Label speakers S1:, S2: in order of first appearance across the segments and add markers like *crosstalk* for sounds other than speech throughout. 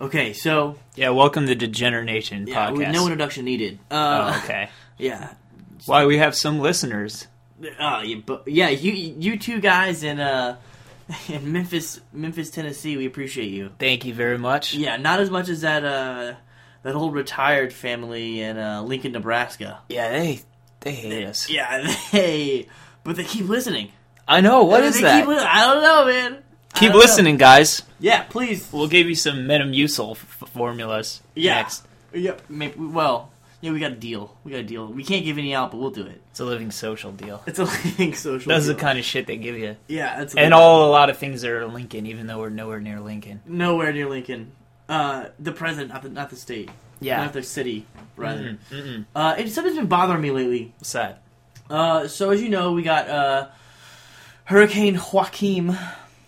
S1: Okay, so
S2: Yeah, welcome to Degeneration
S1: yeah, we-
S2: Podcast.
S1: no introduction needed.
S2: oh,
S1: Uh,
S2: okay.
S1: Yeah.
S2: Why we have some listeners.
S1: Uh, you, but yeah, you you two guys in uh *laughs* in Memphis, Memphis, Tennessee, we appreciate you.
S2: Thank you very much.
S1: Yeah, not as much as that uh that old retired family in uh, Lincoln, Nebraska.
S2: Yeah, they they hate us.
S1: Yeah, *laughs* they but they keep listening.
S2: I know. What
S1: They
S2: is
S1: keep
S2: that? Keep,
S1: li- I don't know, man. I don't know.
S2: listening, guys.
S1: Yeah, please.
S2: We'll give you some Metamucil f- formulas
S1: Yeah.
S2: next.
S1: Yeah, maybe, well, yeah, we got a deal. We got a deal. We can't give any out, but we'll do it.
S2: It's a living social deal.
S1: It's a *laughs* link social.
S2: That's the
S1: deal.
S2: kind of shit they give you,
S1: Yeah, that's a
S2: and
S1: link.
S2: all a lot of things that are Lincoln, even though we're nowhere near Lincoln.
S1: nowhere near Lincoln. Uh, the president, not the not the state, not the city, rather.
S2: Mm, mm, mm.
S1: Uh, and something's been bothering me lately.
S2: What's that?
S1: Uh, so as you know, we got uh, Hurricane Joaquim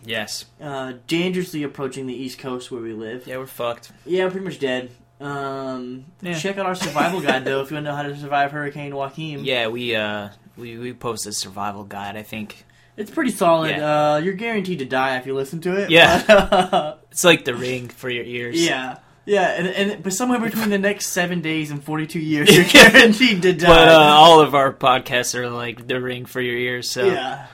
S2: Yes.
S1: uh, dangerously approaching the east coast where we live.
S2: Yeah, we're fucked.
S1: Yeah, pretty much dead. Um,
S2: Yeah.
S1: Check out our survival guide though if you want to know how to survive Hurricane Joaquim.
S2: Yeah, we uh we we post a survival guide. I think
S1: It's pretty solid.
S2: Yeah.
S1: Uh, you're guaranteed to die if you listen to it. *laughs*
S2: Yeah.
S1: but, uh,
S2: it's like the ring for your ears.
S1: yeah. Yeah, and, and but somewhere between the next seven days and forty two
S2: *laughs*
S1: years, you're guaranteed to die.
S2: But uh, all of our podcasts are like the ring for your ears. So
S1: Yeah.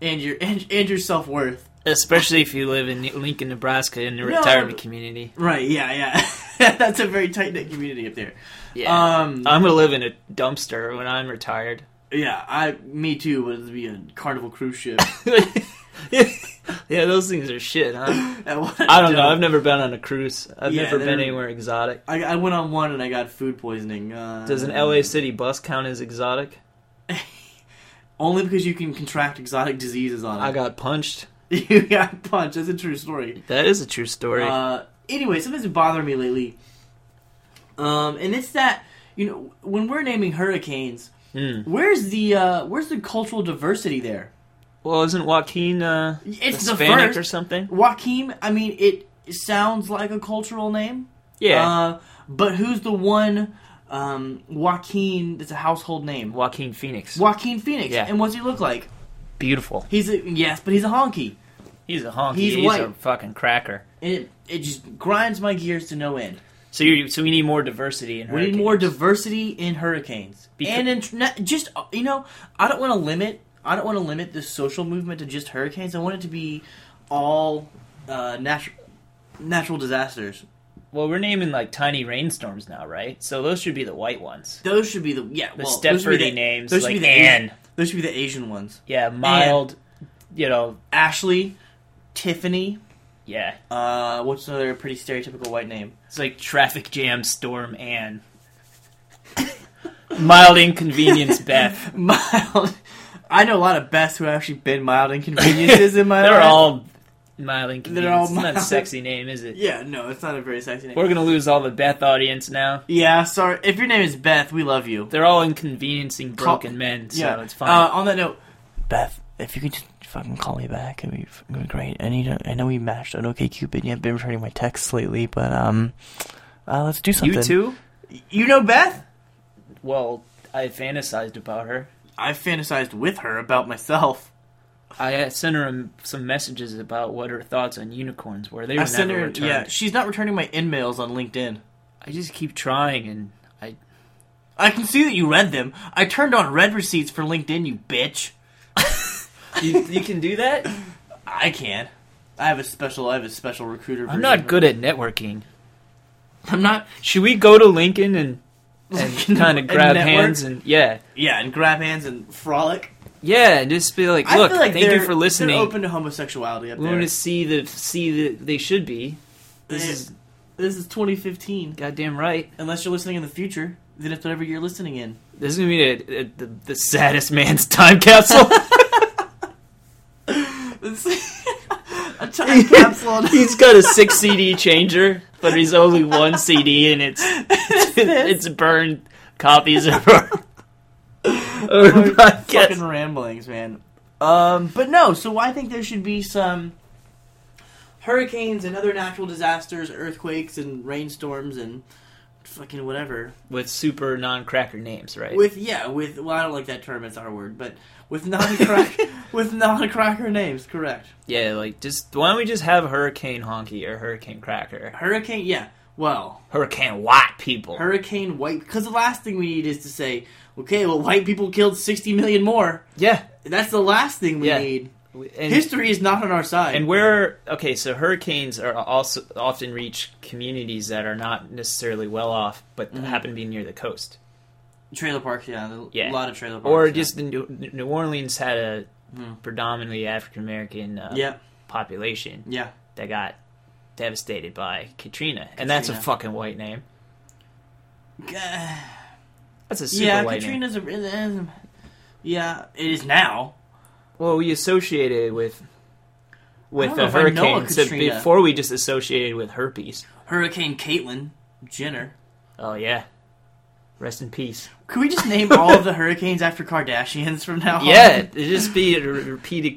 S1: And your and, and your self worth.
S2: especially if you live in Lincoln, Nebraska, in the
S1: No.
S2: retirement community.
S1: Right, yeah, yeah. *laughs* That's a very tight knit community up there.
S2: Yeah.
S1: Um
S2: Uh, I'm gonna live in a dumpster when I'm retired. *laughs*
S1: yeah, I me too would be a carnival cruise
S2: *laughs*
S1: ship. *laughs*
S2: yeah, those things are shit, huh? I don't know. I've never been on a cruise. I've
S1: Yeah,
S2: never been
S1: they're-
S2: anywhere exotic.
S1: I, I went on one and I got food poisoning. Uh,
S2: Does an LA city bus count as exotic?
S1: only because you can contract exotic diseases on it.
S2: I got punched.
S1: *laughs* you got punched. That's a true story.
S2: That is a true story.
S1: Uh, anyway, something's been bothering me lately. Um, and it's that you know when we're naming hurricanes,
S2: Hmm.
S1: where's the uh, where's the cultural diversity there?
S2: Well, isn't Joaquin uh,
S1: It's the
S2: Hispanic
S1: first
S2: or something?
S1: Joaquim. I mean, it sounds like a cultural name.
S2: Yeah,
S1: Uh, but who's the one um, Joaquin? That's a household name.
S2: Joaquin Phoenix.
S1: Joaquin Phoenix.
S2: Yeah.
S1: And what's he look like?
S2: Beautiful.
S1: He's a yes, but he's a honky,
S2: He's a honky.
S1: He's
S2: He's, a
S1: white.
S2: fucking cracker.
S1: and it, it just grinds my gears to no end.
S2: So you so we need more diversity in
S1: We need
S2: hurricanes.
S1: more diversity in hurricanes,
S2: Becau-
S1: and in tr- not, just uh, you know, I don't want to limit. I don't want to limit this social movement to just hurricanes. I want it to be all uh, natural natural disasters.
S2: Well, we're naming like tiny rainstorms now, right? So those should be the white ones.
S1: Those should be the yeah.
S2: The
S1: well, those should be
S2: Stepfordy
S1: the-
S2: names,
S1: those should
S2: like
S1: be the
S2: Anne.
S1: Asian- Those should be the Asian ones.
S2: Yeah, mild. You know,
S1: Ashley, Tiffany.
S2: yeah.
S1: Uh, what's another pretty stereotypical white
S2: *laughs*
S1: name?
S2: It's like traffic jam storm Anne.
S1: *laughs*
S2: mild inconvenience
S1: *laughs*
S2: Beth.
S1: Mild. I know a lot of Beths who have actually been mild inconveniences in my
S2: *laughs* They're
S1: life.
S2: all mild inconvenience.
S1: Uh, all
S2: It's not a
S1: mild.
S2: sexy name, is it?
S1: Yeah, no, it's not a very sexy name.
S2: We're gonna lose all the Beth audience now.
S1: Yeah, sorry. If your name is Beth, we love you.
S2: They're all inconveniencing
S1: Call-
S2: broken men, so
S1: yeah,
S2: it's fine.
S1: Uh, on that note, Beth, if you could just fucking call me back, it'd be, it'd be great. I need. A, I know we matched on OKCupid. and You have been returning my texts lately, but um, uh, let's do something.
S2: you too?
S1: You know Beth?
S2: Well, I fantasized about her.
S1: I fantasized with her about myself.
S2: I uh, sent her um, some messages about what her thoughts on unicorns were. They were
S1: I sent
S2: never
S1: her.
S2: returned.
S1: Yeah, she's not returning my in mails on LinkedIn.
S2: I just keep trying, and I
S1: I can see that you read them. I turned on red receipts for LinkedIn, you *laughs* bitch.
S2: you, you can do that.
S1: I can. I have a special. I have a special recruiter.
S2: *laughs* I'm
S1: version of
S2: not
S1: it.
S2: good at networking.
S1: I'm not.
S2: Should we go to Lincoln and and kind
S1: *laughs*
S2: of
S1: And
S2: grab
S1: network?
S2: hands and yeah,
S1: Yeah, and grab hands and frolic.
S2: yeah, and just be like,
S1: I
S2: look,
S1: feel like
S2: thank you
S1: they're-
S2: for listening.
S1: They're open to homosexuality up
S2: we
S1: there.
S2: want to see the see the they should be. This
S1: They-
S2: is
S1: This is 2015.
S2: goddamn right.
S1: Unless you're listening in the future, then it's whatever you're listening in. *laughs*
S2: This is gonna be a, a, the, the saddest man's time capsule.
S1: It's- *laughs* a *laughs*
S2: *laughs*
S1: time capsule.
S2: he's
S1: *laughs*
S2: got a six CD changer, but he's only one CD, and it's *laughs* it's burned copies of
S1: *laughs*
S2: our, our
S1: Oh, Fucking
S2: podcast.
S1: ramblings, man. Um, but no. So I think there should be some hurricanes and other natural disasters, earthquakes and rainstorms and fucking whatever.
S2: with super non-cracker names, right? *laughs*
S1: With yeah, with well, I don't like that term. It's our word, but with non-crack with non-cracker names, correct?
S2: Yeah, like just why don't we just have Hurricane Honky or Hurricane Cracker,
S1: Hurricane, yeah. Well,
S2: Hurricane White People?
S1: Hurricane White, because the last thing we need is to say, okay, well, white people killed 60 million more.
S2: yeah,
S1: That's the last thing we
S2: Yeah.
S1: need.
S2: and,
S1: History is not on our side.
S2: and where okay, so hurricanes are also often reach communities that are not necessarily well off, but
S1: Mhm.
S2: happen to be near the coast,
S1: trailer parks, yeah, there-
S2: Yeah.
S1: a lot of trailer parks.
S2: or
S1: yeah.
S2: just the New, New Orleans had a
S1: Oh, Hmm.
S2: predominantly African American uh,
S1: yeah,
S2: population
S1: yeah.
S2: that got devastated by Katrina, and that's a
S1: Katrina.
S2: fucking white name.
S1: Gah.
S2: That's a super
S1: Yeah,
S2: white name.
S1: Katrina's a, is a yeah. It is now.
S2: Well, we associated with with
S1: don't know
S2: the
S1: if I know a
S2: hurricane. So
S1: Katrina.
S2: before we just associated with herpes.
S1: Hurricane Caitlin Jenner.
S2: Oh yeah. Rest in peace.
S1: Could we just name all
S2: *laughs*
S1: of the hurricanes after Kardashians from now on?
S2: Yeah, it just be a re- repeated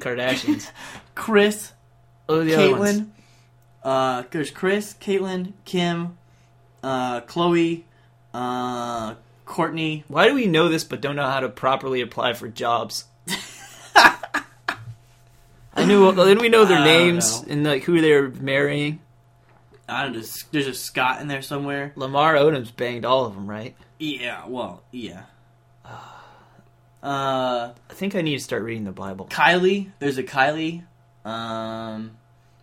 S1: *laughs*
S2: Kardashians.
S1: Chris,
S2: Oh, the other ones.
S1: Caitlin. Uh, there's Chris, Caitlin, Kim, uh, Chloe, uh, Courtney.
S2: Why do we know this but don't know how to properly apply
S1: *laughs*
S2: for jobs? I knew. Then we know
S1: I
S2: their
S1: don't
S2: names
S1: know.
S2: and like who they're marrying.
S1: I don't know. There's a Scott in there somewhere.
S2: Lamar Odom's banged all of them, right?
S1: Yeah. Well. Yeah. Uh,
S2: I think I need to start reading the Bible.
S1: Kylie. There's a Kylie. Um,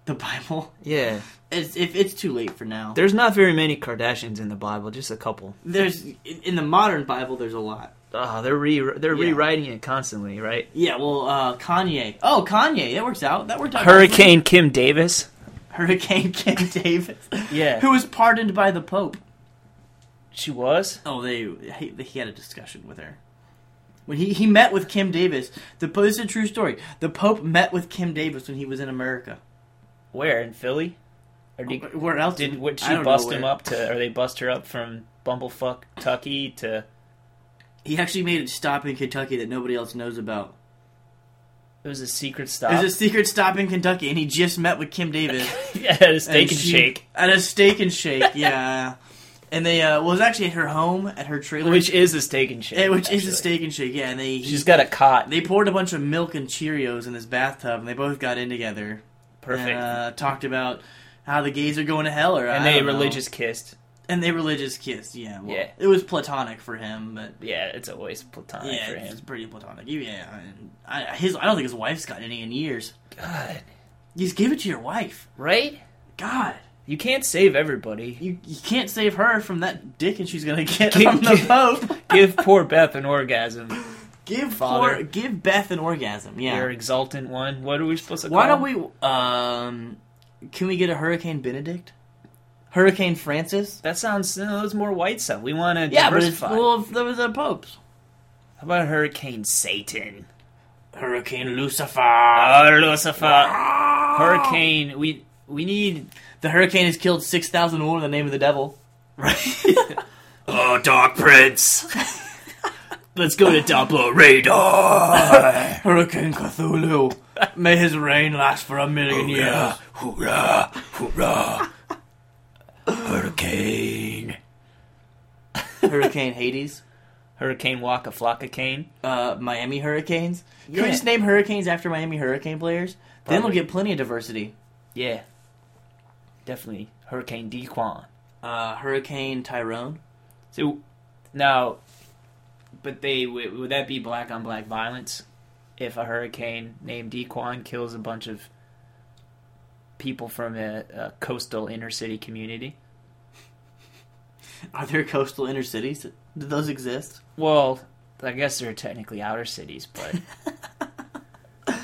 S1: the Bible.
S2: Yeah,
S1: It's if it's too late for now.
S2: there's not very many Kardashians in the Bible, just a couple.
S1: There's in in the modern Bible. There's a lot.
S2: Ah, they're re they're
S1: Yeah.
S2: rewriting it constantly, right?
S1: Yeah. Well, uh, Kanye. Oh, Kanye. That works out. That worked out.
S2: Hurricane Kim Davis.
S1: Hurricane *laughs* Kim Davis.
S2: Yeah.
S1: Who was pardoned by the Pope?
S2: She was.
S1: Oh, they he, he had a discussion with her. When he, he met with Kim Davis, the po- this is a true story. The Pope met with Kim Davis when he was in America.
S2: Where in Philly? Or did,
S1: Where else?
S2: did would
S1: Oh, I
S2: she
S1: don't know
S2: bust him
S1: where.
S2: up to? Or they bust her up from Bumblefuck, Tucky to?
S1: He actually made a stop in Kentucky that nobody else knows about.
S2: It was a secret stop.
S1: There's a secret stop in Kentucky, and he just met with Kim Davis.
S2: *laughs* yeah, a steak and,
S1: she-
S2: shake,
S1: At a steak and shake, *laughs* yeah. and they uh, well, it was actually at her home at her trailer,
S2: which is a steak and shake.
S1: Yeah, which is
S2: actually.
S1: a steak and shake. Yeah, and they he-
S2: She's got a cot.
S1: they poured a bunch of milk and Cheerios in this bathtub, and they both got in together.
S2: Perfect.
S1: And,
S2: And,
S1: uh, talked about how the gays are going to hell, or I
S2: they
S1: don't know.
S2: religious kissed.
S1: and they religious kissed. Yeah, well,
S2: Yeah.
S1: It was platonic for him, but
S2: Yeah, it's always platonic
S1: yeah,
S2: for
S1: it's
S2: him.
S1: pretty platonic. Yeah, and I, his I don't think his wife's got any in years.
S2: God,
S1: Just give it to your wife.
S2: right?
S1: God,
S2: You can't save everybody.
S1: you you can't save her from that dick, and she's gonna *laughs* get
S2: Give-
S1: from the
S2: give-
S1: Pope.
S2: Give poor Beth an orgasm.
S1: Give
S2: Father.
S1: poor, give Beth an orgasm. *laughs* Yeah.
S2: Your exultant one. What are we supposed to?
S1: Why
S2: call
S1: don't
S2: him?
S1: we? Um, can we get a Hurricane Benedict? Hurricane Francis?
S2: That sounds. No, that's more white stuff. We want to
S1: Yeah, but it's
S2: diversify.
S1: well, if there was a popes.
S2: How about Hurricane Satan?
S1: Hurricane Lucifer.
S2: Oh, Lucifer. Hurricane. We
S1: *laughs*
S2: we need. *laughs*
S1: The hurricane has killed six thousand more in the name of the devil.
S2: oh, Dark Prince. Let's go to
S1: *laughs*
S2: Double
S1: *laughs*
S2: Radar.
S1: Hurricane Cthulhu. May his reign last for a million years.
S2: hoorah,
S1: *laughs*
S2: hoorah. Hurricane.
S1: Hurricane Hades.
S2: Hurricane Waka Flocka Cane.
S1: Uh, Miami Hurricanes. Can
S2: Yeah.
S1: we just name hurricanes after Miami Hurricane players? Then we'll
S2: Probably.
S1: get plenty of diversity.
S2: Yeah. Definitely. Hurricane Dequan.
S1: Uh, Hurricane Tyrone. *laughs*
S2: So, now, but they would would that be black on black violence if a hurricane named Dequan kills a bunch of people from a, a coastal inner city community?
S1: Are there coastal inner cities? Do those exist?
S2: Well, I guess they're technically outer cities, but
S1: *laughs*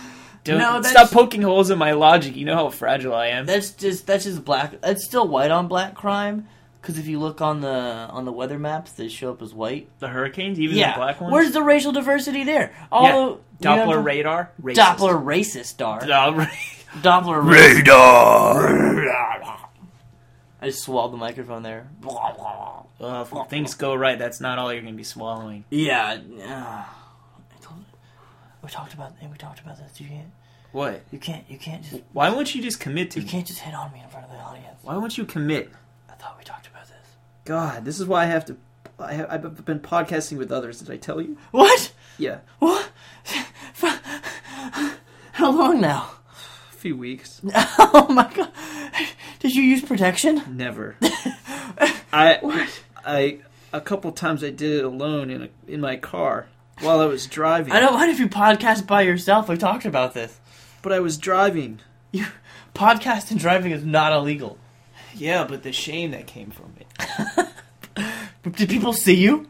S2: don't
S1: No, that's-
S2: stop poking holes in my logic. You know how fragile I am.
S1: That's just that's just black. That's still white on black crime. Because if you look on the on the weather maps, they show up as white.
S2: The hurricanes, even
S1: yeah,
S2: the black ones.
S1: where's the racial diversity there? All
S2: Yeah.
S1: the- you know
S2: Doppler
S1: what I'm
S2: radar? Racist.
S1: talking- Doppler racist star. *laughs*
S2: *laughs* Doppler.
S1: Doppler racist.
S2: radar.
S1: I just swallowed the microphone there. *laughs*
S2: Well, if things go right, that's not all you're going to be swallowing.
S1: Yeah. uh, I told- we talked about we talked about this. You can't
S2: What?
S1: you can't you can't just
S2: Why won't you just commit to
S1: you
S2: me?
S1: can't just hit on me in front of the audience.
S2: Why won't you commit?
S1: I thought we talked about this.
S2: God, this is why I have to. I have, I've been podcasting with others. Did I tell you?
S1: What?
S2: Yeah.
S1: What? *laughs* How long now? *laughs*
S2: A few *laughs* weeks.
S1: oh my god. Did you use protection? *laughs*
S2: Never. I, I, a couple times I did it alone in a, in my car while I was driving.
S1: I don't mind if you podcast by yourself. We talked about this.
S2: But I was driving.
S1: You podcast and driving is not illegal.
S2: Yeah, but the shame that came from it.
S1: But did people see you?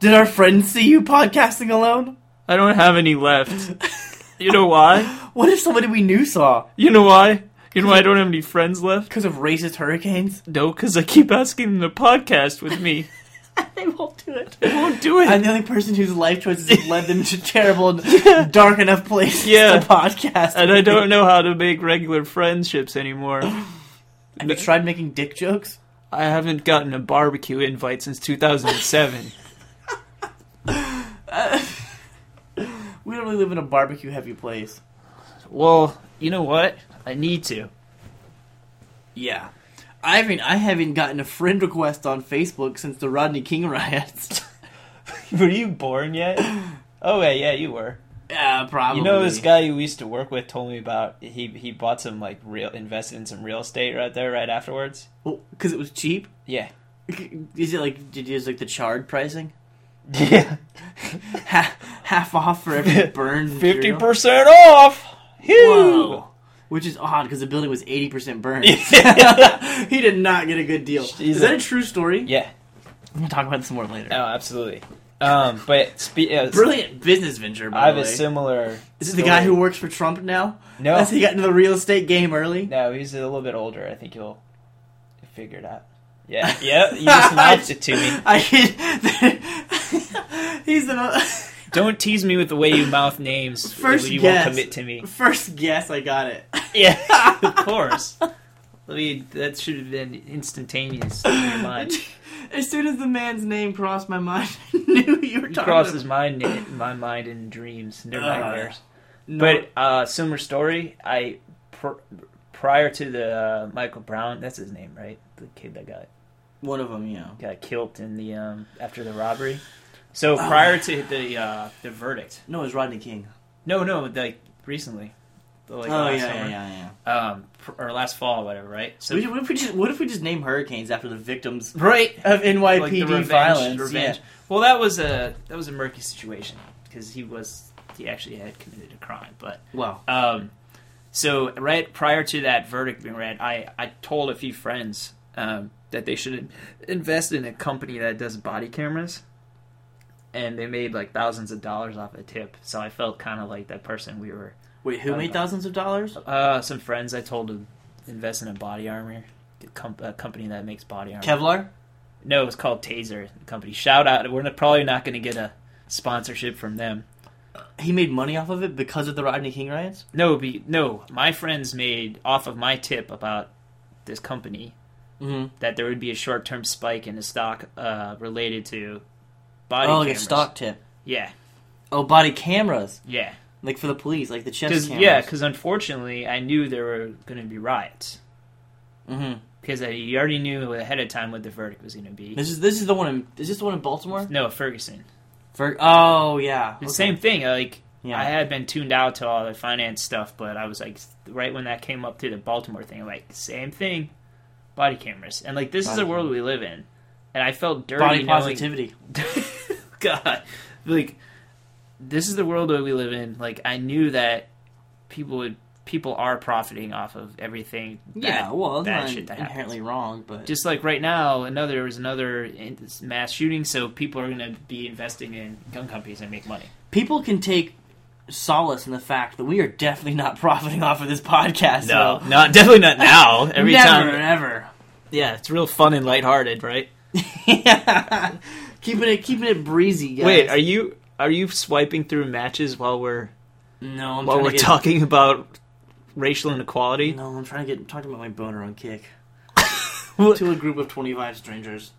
S1: Did our friends see you podcasting alone? *laughs*
S2: I don't have any *laughs* left. You know why?
S1: What if somebody we knew saw?
S2: You know why? You know why I don't have any friends left?
S1: Because of racist hurricanes?
S2: No, because I keep asking them to podcast with me.
S1: *laughs* they won't do it.
S2: They won't *laughs* do it.
S1: I'm the only person whose life choices have led them to terrible *laughs* and dark enough places
S2: Yeah.
S1: to podcast.
S2: and I don't know how to make regular friendships anymore.
S1: Have you tried making dick jokes?
S2: I haven't gotten a barbecue invite since 2007.
S1: We don't really live in a barbecue heavy place.
S2: well, you know what? I need to.
S1: Yeah. I haven't I haven't gotten a friend request on Facebook since the Rodney King *laughs* riots.
S2: *laughs* Were you born *laughs* yet? Oh yeah, yeah, you were.
S1: yeah, Uh, probably.
S2: You know this guy who we used to work with told me about he he bought some like real invested in some real estate right there right afterwards.
S1: because it was cheap.
S2: Yeah.
S1: Is it like did you use like the charred pricing?
S2: *laughs* Yeah.
S1: half, half off for *laughs* every burned
S2: Fifty
S1: material?
S2: percent off. Whew.
S1: Whoa. Which is odd because the building was eighty percent *laughs* burned.
S2: Yeah.
S1: he did not get a good deal.
S2: She's
S1: is that
S2: a-
S1: a true story?
S2: Yeah.
S1: We'll talk about this more later.
S2: Oh, absolutely. Um, but spe- uh,
S1: Brilliant business venture, by
S2: I have
S1: the
S2: a
S1: way.
S2: similar.
S1: This is the
S2: story.
S1: guy who works for Trump now.
S2: No.
S1: That's- he got into the real estate game early. *laughs*
S2: No, he's a little bit older. I think you'll figure it out. *laughs* Yeah, yeah, you
S1: *laughs*
S2: just mouthed it to me.
S1: I can't- *laughs* he's the
S2: Don't tease me with the way you mouth
S1: *laughs*
S2: names.
S1: First
S2: you
S1: guess.
S2: won't commit to
S1: *laughs*
S2: me.
S1: *laughs* first guess. I got it.
S2: Yeah, *laughs* of course. I mean, that should have been instantaneous in
S1: *laughs*
S2: your mind.
S1: As soon as the man's name crossed my mind, *laughs* I knew you were
S2: It
S1: talking.
S2: crosses
S1: about-
S2: my na- my mind in dreams, near
S1: Uh,
S2: nightmares.
S1: No.
S2: But uh, similar story. I pr- prior to the uh, Michael Brown, that's his name, right? The kid that got
S1: one of them, yeah.
S2: got killed in the um, after the robbery.
S1: Oh.
S2: So prior to the uh, the verdict,
S1: No, it was Rodney King.
S2: no, no, like recently, The, like,
S1: oh
S2: last
S1: yeah, yeah,
S2: summer.
S1: yeah, yeah.
S2: um, pr- or last fall, whatever, right? So
S1: What if- what if we just what if we just name hurricanes after the victims
S2: right
S1: of NYPD
S2: like the revenge,
S1: violence?
S2: revenge. Well, that was a that was a murky situation because he was he actually had committed a crime, but
S1: Yeah. Wow.
S2: Um, so right prior to that verdict being read, I, I told a few friends um, that they should invest in a company that does body cameras, and they made like thousands of dollars off a tip. So I felt kind of like that person. We were
S1: Wait, who
S2: I
S1: made
S2: don't know.
S1: thousands of dollars?
S2: uh, some friends. I told to invest in a body armor, a, com- a company that makes body armor.
S1: Kevlar.
S2: no, it was called Taser the Company. Shout out! We're not, probably not going to get a sponsorship from them.
S1: He made money off of it because of the Rodney King riots.
S2: No, be, no. My friends made off of my tip about this company
S1: Mm-hmm.
S2: that there would be a short-term spike in the stock uh, related to
S1: Oh,
S2: body
S1: like
S2: cameras.
S1: a stock tip.
S2: Yeah,
S1: Oh, body cameras,
S2: yeah.
S1: like for the police, like the chest
S2: Because
S1: cameras.
S2: yeah, because unfortunately, I knew there were going to be riots
S1: hmm
S2: because I you already knew ahead of time what the verdict was going to be.
S1: This is this is the one. In, is this the one in Baltimore?
S2: No, Ferguson.
S1: For, oh yeah.
S2: The
S1: Okay.
S2: same thing. Like
S1: Yeah.
S2: I had been tuned out to all the finance stuff, but I was like, right when that came up to the Baltimore thing, like same thing, body cameras, and like this is
S1: Body
S2: the world we live in, and I felt dirty.
S1: Body
S2: knowing-
S1: positivity.
S2: *laughs* God, like this is the world that we live in. Like I knew that people would people are profiting off of everything. bad-
S1: yeah. Well,
S2: bad
S1: that's
S2: shit
S1: not
S2: that happens.
S1: inherently wrong, but
S2: Just like right now, another there was another in- mass shooting, so people are going to be investing in gun companies and make money.
S1: people can take solace in the fact that we are definitely not *laughs* profiting off of this podcast. so-
S2: not definitely not *laughs* now. Every
S1: never,
S2: time,
S1: ever.
S2: yeah, it's real fun and lighthearted, right?
S1: *laughs* keeping it keeping it breezy, guys.
S2: Wait, are you are you swiping through matches while we're
S1: no, I'm
S2: while
S1: trying
S2: we're
S1: to get,
S2: talking about racial inequality?
S1: No, I'm trying to get I'm talking about my boner on
S2: *laughs*
S1: kick
S2: What?
S1: to a group of 25 strangers.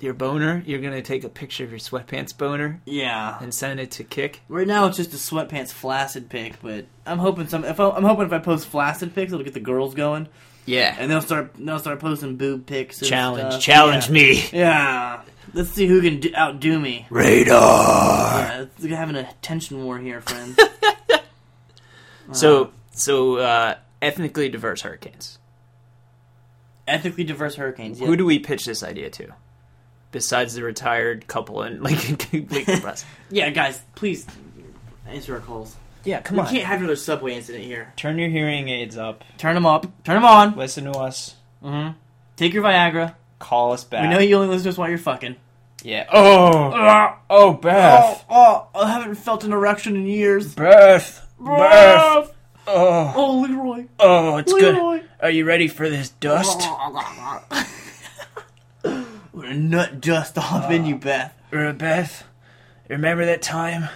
S2: your boner, you're gonna take a picture of your sweatpants boner
S1: Yeah.
S2: and send it to Kick.
S1: Right now it's just a sweatpants flaccid pic, but I'm hoping some if I, I'm hoping if I post flaccid pics, it'll get the girls going,
S2: Yeah.
S1: and they'll start they'll start posting boob pics. And
S2: Challenge,
S1: stuff.
S2: challenge
S1: yeah.
S2: me.
S1: Yeah. Let's see who can do, outdo me.
S2: Radar. Uh-huh.
S1: Yeah, it's- we're having a tension war here, friends.
S2: *laughs* So So uh, ethnically diverse hurricanes.
S1: Ethically diverse hurricanes. Yeah.
S2: Who do we pitch this idea to? Besides the retired couple and *laughs* like Lake Nebraska.
S1: yeah, guys, please answer our calls.
S2: *laughs* Yeah, come
S1: we
S2: on.
S1: can't have another subway incident here.
S2: Turn your hearing aids up.
S1: Turn them up. Turn them on.
S2: Listen to us.
S1: Mm-hmm. Take your Viagra.
S2: Call us back.
S1: We know you only listen to us while you're fucking.
S2: Yeah. Oh.
S1: *laughs* Oh,
S2: Oh, Beth.
S1: oh, I haven't felt an erection in years.
S2: Beth. Beth. Oh.
S1: Oh, Leroy.
S2: Oh, it's good.
S1: Leroy.
S2: Are you ready for this dust?
S1: *laughs* Oh. We're gonna nut dust off in you, Beth.
S2: Uh, Beth, remember that time?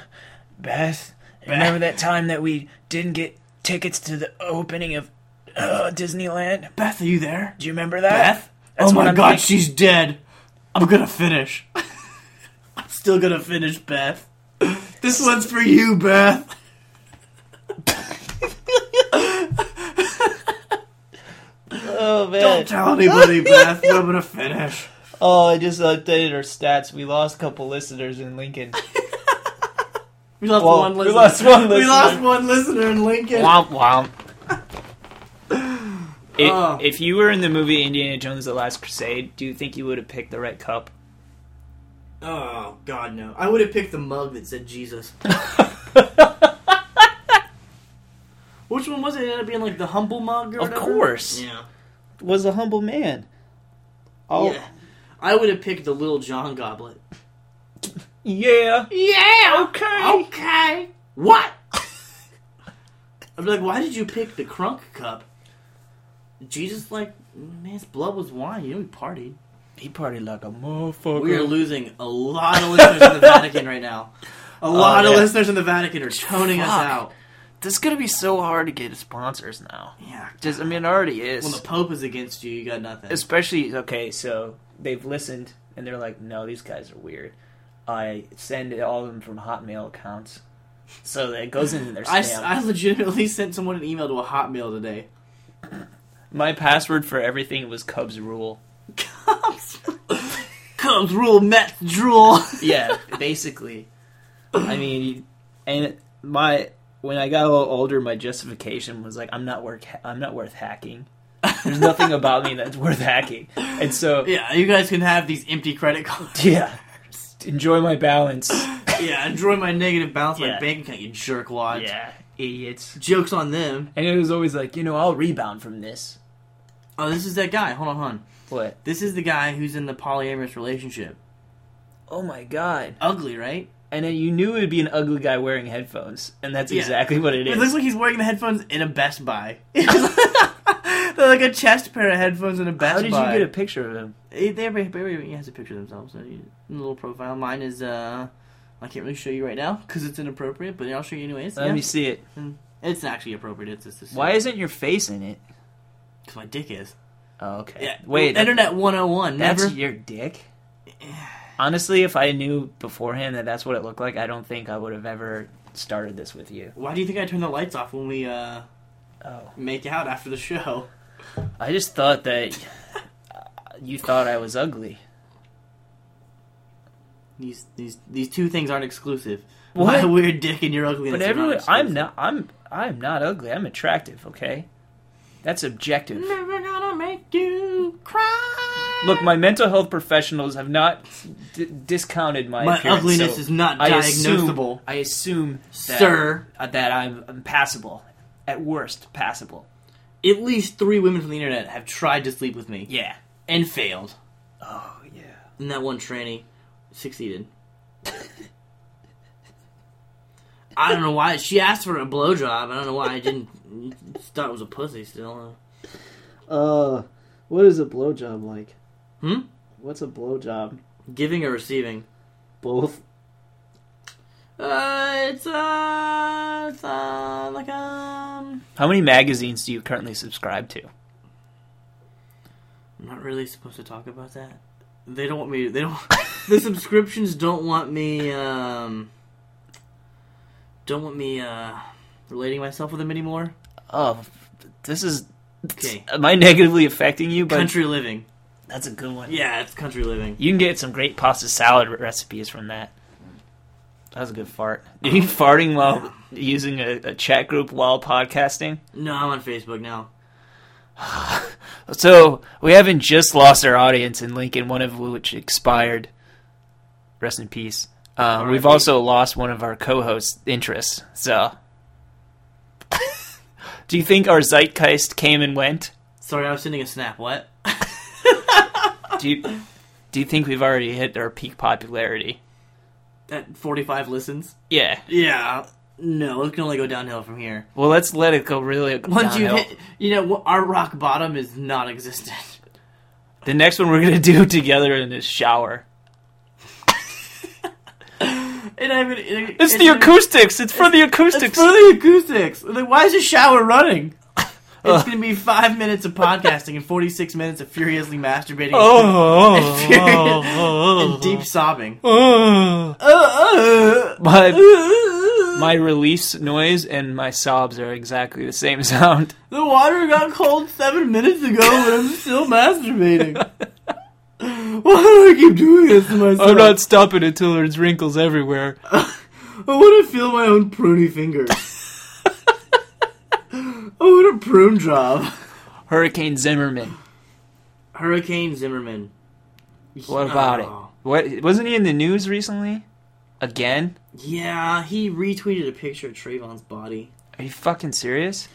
S2: Beth, remember that time that we didn't get tickets to the opening of uh, Disneyland?
S1: Beth, are you there?
S2: Do you remember that?
S1: Beth?
S2: That's
S1: oh
S2: what
S1: my
S2: I'm
S1: god,
S2: thinking.
S1: she's dead. I'm gonna finish. *laughs* I'm still gonna finish, Beth. This one's for you, *laughs* Beth.
S2: Oh
S1: Don't tell anybody, Beth. but I'm gonna finish.
S2: Oh, I just updated our stats. We lost a couple listeners in Lincoln.
S1: We lost
S2: Well,
S1: one
S2: we
S1: listener.
S2: lost one
S1: We lost
S2: listener.
S1: one listener in Lincoln.
S2: womp womp. *laughs* If,
S1: Oh.
S2: if you were in the movie Indiana Jones: The Last Crusade, do you think you would have picked the right cup?
S1: Oh god, no. I would have picked the mug that said Jesus. Which one was it? It ended up being like the humble mug or
S2: Of
S1: whatever?
S2: course.
S1: Yeah.
S2: Was a humble man. Oh
S1: Yeah. I would have picked the little John goblet.
S2: yeah.
S1: Yeah.
S2: Okay.
S1: Okay. What? *laughs* I'm like, why did you pick the crunk cup? Jesus, like, man, his blood was wine. You know, he partied.
S2: He partied like a motherfucker.
S1: We are losing a lot of listeners
S2: *laughs*
S1: in the Vatican right now. A lot
S2: Oh, yeah.
S1: of listeners in the Vatican are toning us
S2: Fuck.
S1: out.
S2: this is gonna be so hard to get sponsors now.
S1: Yeah.
S2: Just I mean, it already is.
S1: When the Pope is against you, you got nothing.
S2: Especially okay, so they've listened and they're like, no, these guys are weird. I send all of them from Hotmail accounts, so that it goes into their
S1: I, s-
S2: spam.
S1: I legitimately *laughs* sent someone an email to a Hotmail today.
S2: My password for everything was Cubs Rule.
S1: Cubs, *laughs* Cubs rule, Mets drool.
S2: *laughs* Yeah, basically. I mean, and my when I got a little older, my justification was like, I'm not work, I'm not worth hacking.
S1: *laughs*
S2: There's nothing about me that's worth hacking, and so
S1: Yeah, you guys can have these empty credit cards.
S2: yeah, enjoy my balance.
S1: yeah, enjoy my negative balance,
S2: Yeah.
S1: my bank account, you jerk wad.
S2: *laughs* Yeah, idiots.
S1: Jokes on them.
S2: And it was always like, you know, I'll rebound from this.
S1: Oh, this is that guy. Hold on, hold on.
S2: What?
S1: This is the guy who's in the polyamorous relationship.
S2: Oh my god!
S1: Ugly, right?
S2: And then you knew it would be an ugly guy wearing headphones, and that's
S1: Yeah.
S2: exactly what it
S1: It
S2: is.
S1: looks like he's wearing the headphones in a Best Buy. *laughs* They're like a chest pair of headphones in a Best
S2: How did
S1: Buy.
S2: you get a picture of him?
S1: Eh, They everybody, everybody has a picture of themselves in a little profile. Mine is uh, I can't really show you right now because it's inappropriate, but I'll show you anyways.
S2: Let
S1: Yeah.
S2: me see it.
S1: It's not actually appropriate. It's just
S2: Why isn't your face in it?
S1: Because my dick is.
S2: Oh, okay.
S1: Yeah.
S2: Wait,
S1: Internet 101.
S2: that's
S1: Never.
S2: your dick. Honestly, if I knew beforehand that that's what it looked like, I don't think I would have ever started this with you.
S1: Why do you think I turn the lights off when we uh
S2: Oh,
S1: make out after the show?
S2: I just thought that *laughs* uh, you thought I was ugly.
S1: These these these two things aren't exclusive.
S2: What?
S1: My weird dick and your ugliness.
S2: But
S1: are
S2: everyone, I'm
S1: exclusive.
S2: not. I'm. I'm not ugly. I'm attractive. Okay, that's objective.
S1: Never gonna make you cry.
S2: Look, my mental health professionals have not d- discounted my
S1: My
S2: appearance,
S1: ugliness
S2: so
S1: is not
S2: I assume-
S1: diagnosable.
S2: I assume, that,
S1: Sir.
S2: uh, that I'm, I'm passable, at worst passable.
S1: At least three women from the internet have tried to sleep with me
S2: Yeah.
S1: and failed.
S2: Oh yeah.
S1: And that one tranny
S2: *laughs*
S1: succeeded. I don't know why she asked for a blowjob. I don't know why I didn't. just thought it was a pussy still.
S2: Uh, what is a blowjob like?
S1: Hmm?
S2: What's a blowjob?
S1: Giving or receiving?
S2: Both.
S1: Uh, it's uh, it's uh, like um.
S2: How many magazines do you currently subscribe to?
S1: I'm not really supposed to talk about that. They don't want me. They don't. *laughs* the subscriptions don't want me. Um, don't want me. Uh, relating myself with them anymore.
S2: Oh, this is.
S1: Okay.
S2: Am I negatively affecting you? But
S1: Country living.
S2: that's a good one.
S1: Yeah, it's country living.
S2: You can get some great pasta salad recipes from that. That was a good fart. *laughs* Are you farting while using a, a chat group while podcasting?
S1: No, I'm on Facebook now.
S2: So we haven't just lost our audience in Lincoln, one of which expired. Rest in peace. Um, we've
S1: R.I.P.
S2: also lost one of our co-hosts' interests. So, *laughs* do you think our zeitgeist came and went?
S1: Sorry, I was sending a snap. What?
S2: Do you do you think we've already hit our peak popularity?
S1: That 45 listens?
S2: Yeah.
S1: Yeah. No, it can only go downhill from here.
S2: Well, let's let it go really
S1: Once
S2: downhill.
S1: you hit, you know, wh- our rock bottom is non-existent. *laughs*
S2: the next one we're gonna do *laughs* together in this shower.
S1: And I mean, it,
S2: It's, the acoustics. It's for the acoustics.
S1: It's for the acoustics. Like, why is the shower running? It's gonna be five minutes of podcasting and 46 minutes of furiously masturbating
S2: *laughs* oh,
S1: and, furious- and deep sobbing.
S2: oh.
S1: Uh, uh,
S2: *laughs* My
S1: uh,
S2: my release noise and my sobs are exactly the same *laughs* sound.
S1: the water got cold seven minutes ago, and
S2: *laughs*
S1: I'm still masturbating. Why do I keep doing this to myself?
S2: I'm not stopping until there's wrinkles everywhere.
S1: *laughs* I want to feel my own pruny
S2: *laughs*
S1: fingers. I want Oh, a prune job.
S2: Hurricane Zimmerman.
S1: Hurricane Zimmerman.
S2: What about
S1: Oh.
S2: it? What wasn't he in the news recently? Again?
S1: Yeah, he retweeted a picture of Trayvon's body. *sighs*
S2: Are you fucking serious?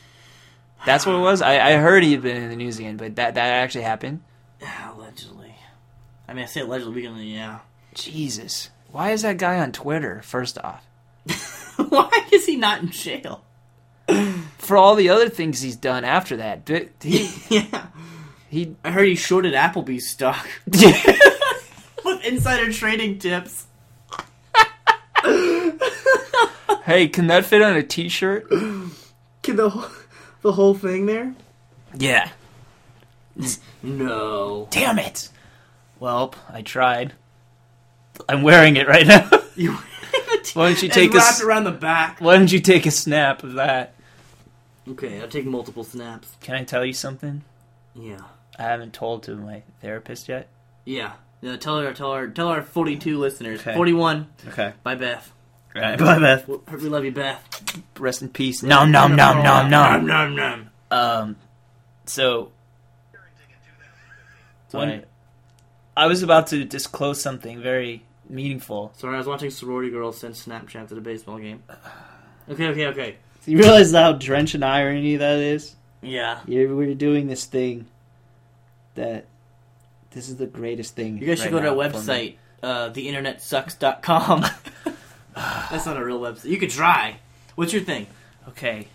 S2: That's what it was. I, I heard he'd been in the news again, but that that actually happened.
S1: Allegedly. I mean, I say allegedly because, *laughs* yeah.
S2: Jesus, why is that guy on Twitter? First off,
S1: Why is he not in jail?
S2: for all the other things he's done after that, but he
S1: *laughs* yeah.
S2: he.
S1: I heard he shorted Applebee's stock *laughs*
S2: *laughs*
S1: with insider trading tips.
S2: hey, can that fit on a T-shirt?
S1: Can the whole, the whole thing there?
S2: Yeah.
S1: No.
S2: Damn it. Welp, I tried. I'm wearing it right *laughs* now.
S1: *laughs* You
S2: Why don't you
S1: And
S2: take a
S1: wrapped
S2: s-
S1: around the back?
S2: Why don't you take a snap of that?
S1: Okay, I'll take multiple snaps.
S2: Can I tell you something?
S1: Yeah.
S2: I haven't told to my therapist yet.
S1: Yeah. No, tell her, tell her, tell our 42 listeners.
S2: Okay.
S1: 41.
S2: Okay.
S1: Bye, Beth.
S2: Right. *laughs* Bye, Beth.
S1: We we love you, Beth.
S2: Rest in peace. Nom nom nom nom
S1: Nom, nom,
S2: nom.
S1: nom.
S2: Um. So. When I, I was about to disclose something very meaningful.
S1: Sorry, I was watching sorority girls send Snapchats at a baseball game. Okay, okay, okay.
S2: You realize how drenched in irony that is?
S1: Yeah.
S2: You're, we're doing this thing that this is the greatest thing.
S1: You guys should
S2: right
S1: go to
S2: now
S1: our
S2: for me.
S1: website, uh, theinternetsucks.com. *laughs* That's not a real website. You could try. What's your thing?
S2: Okay.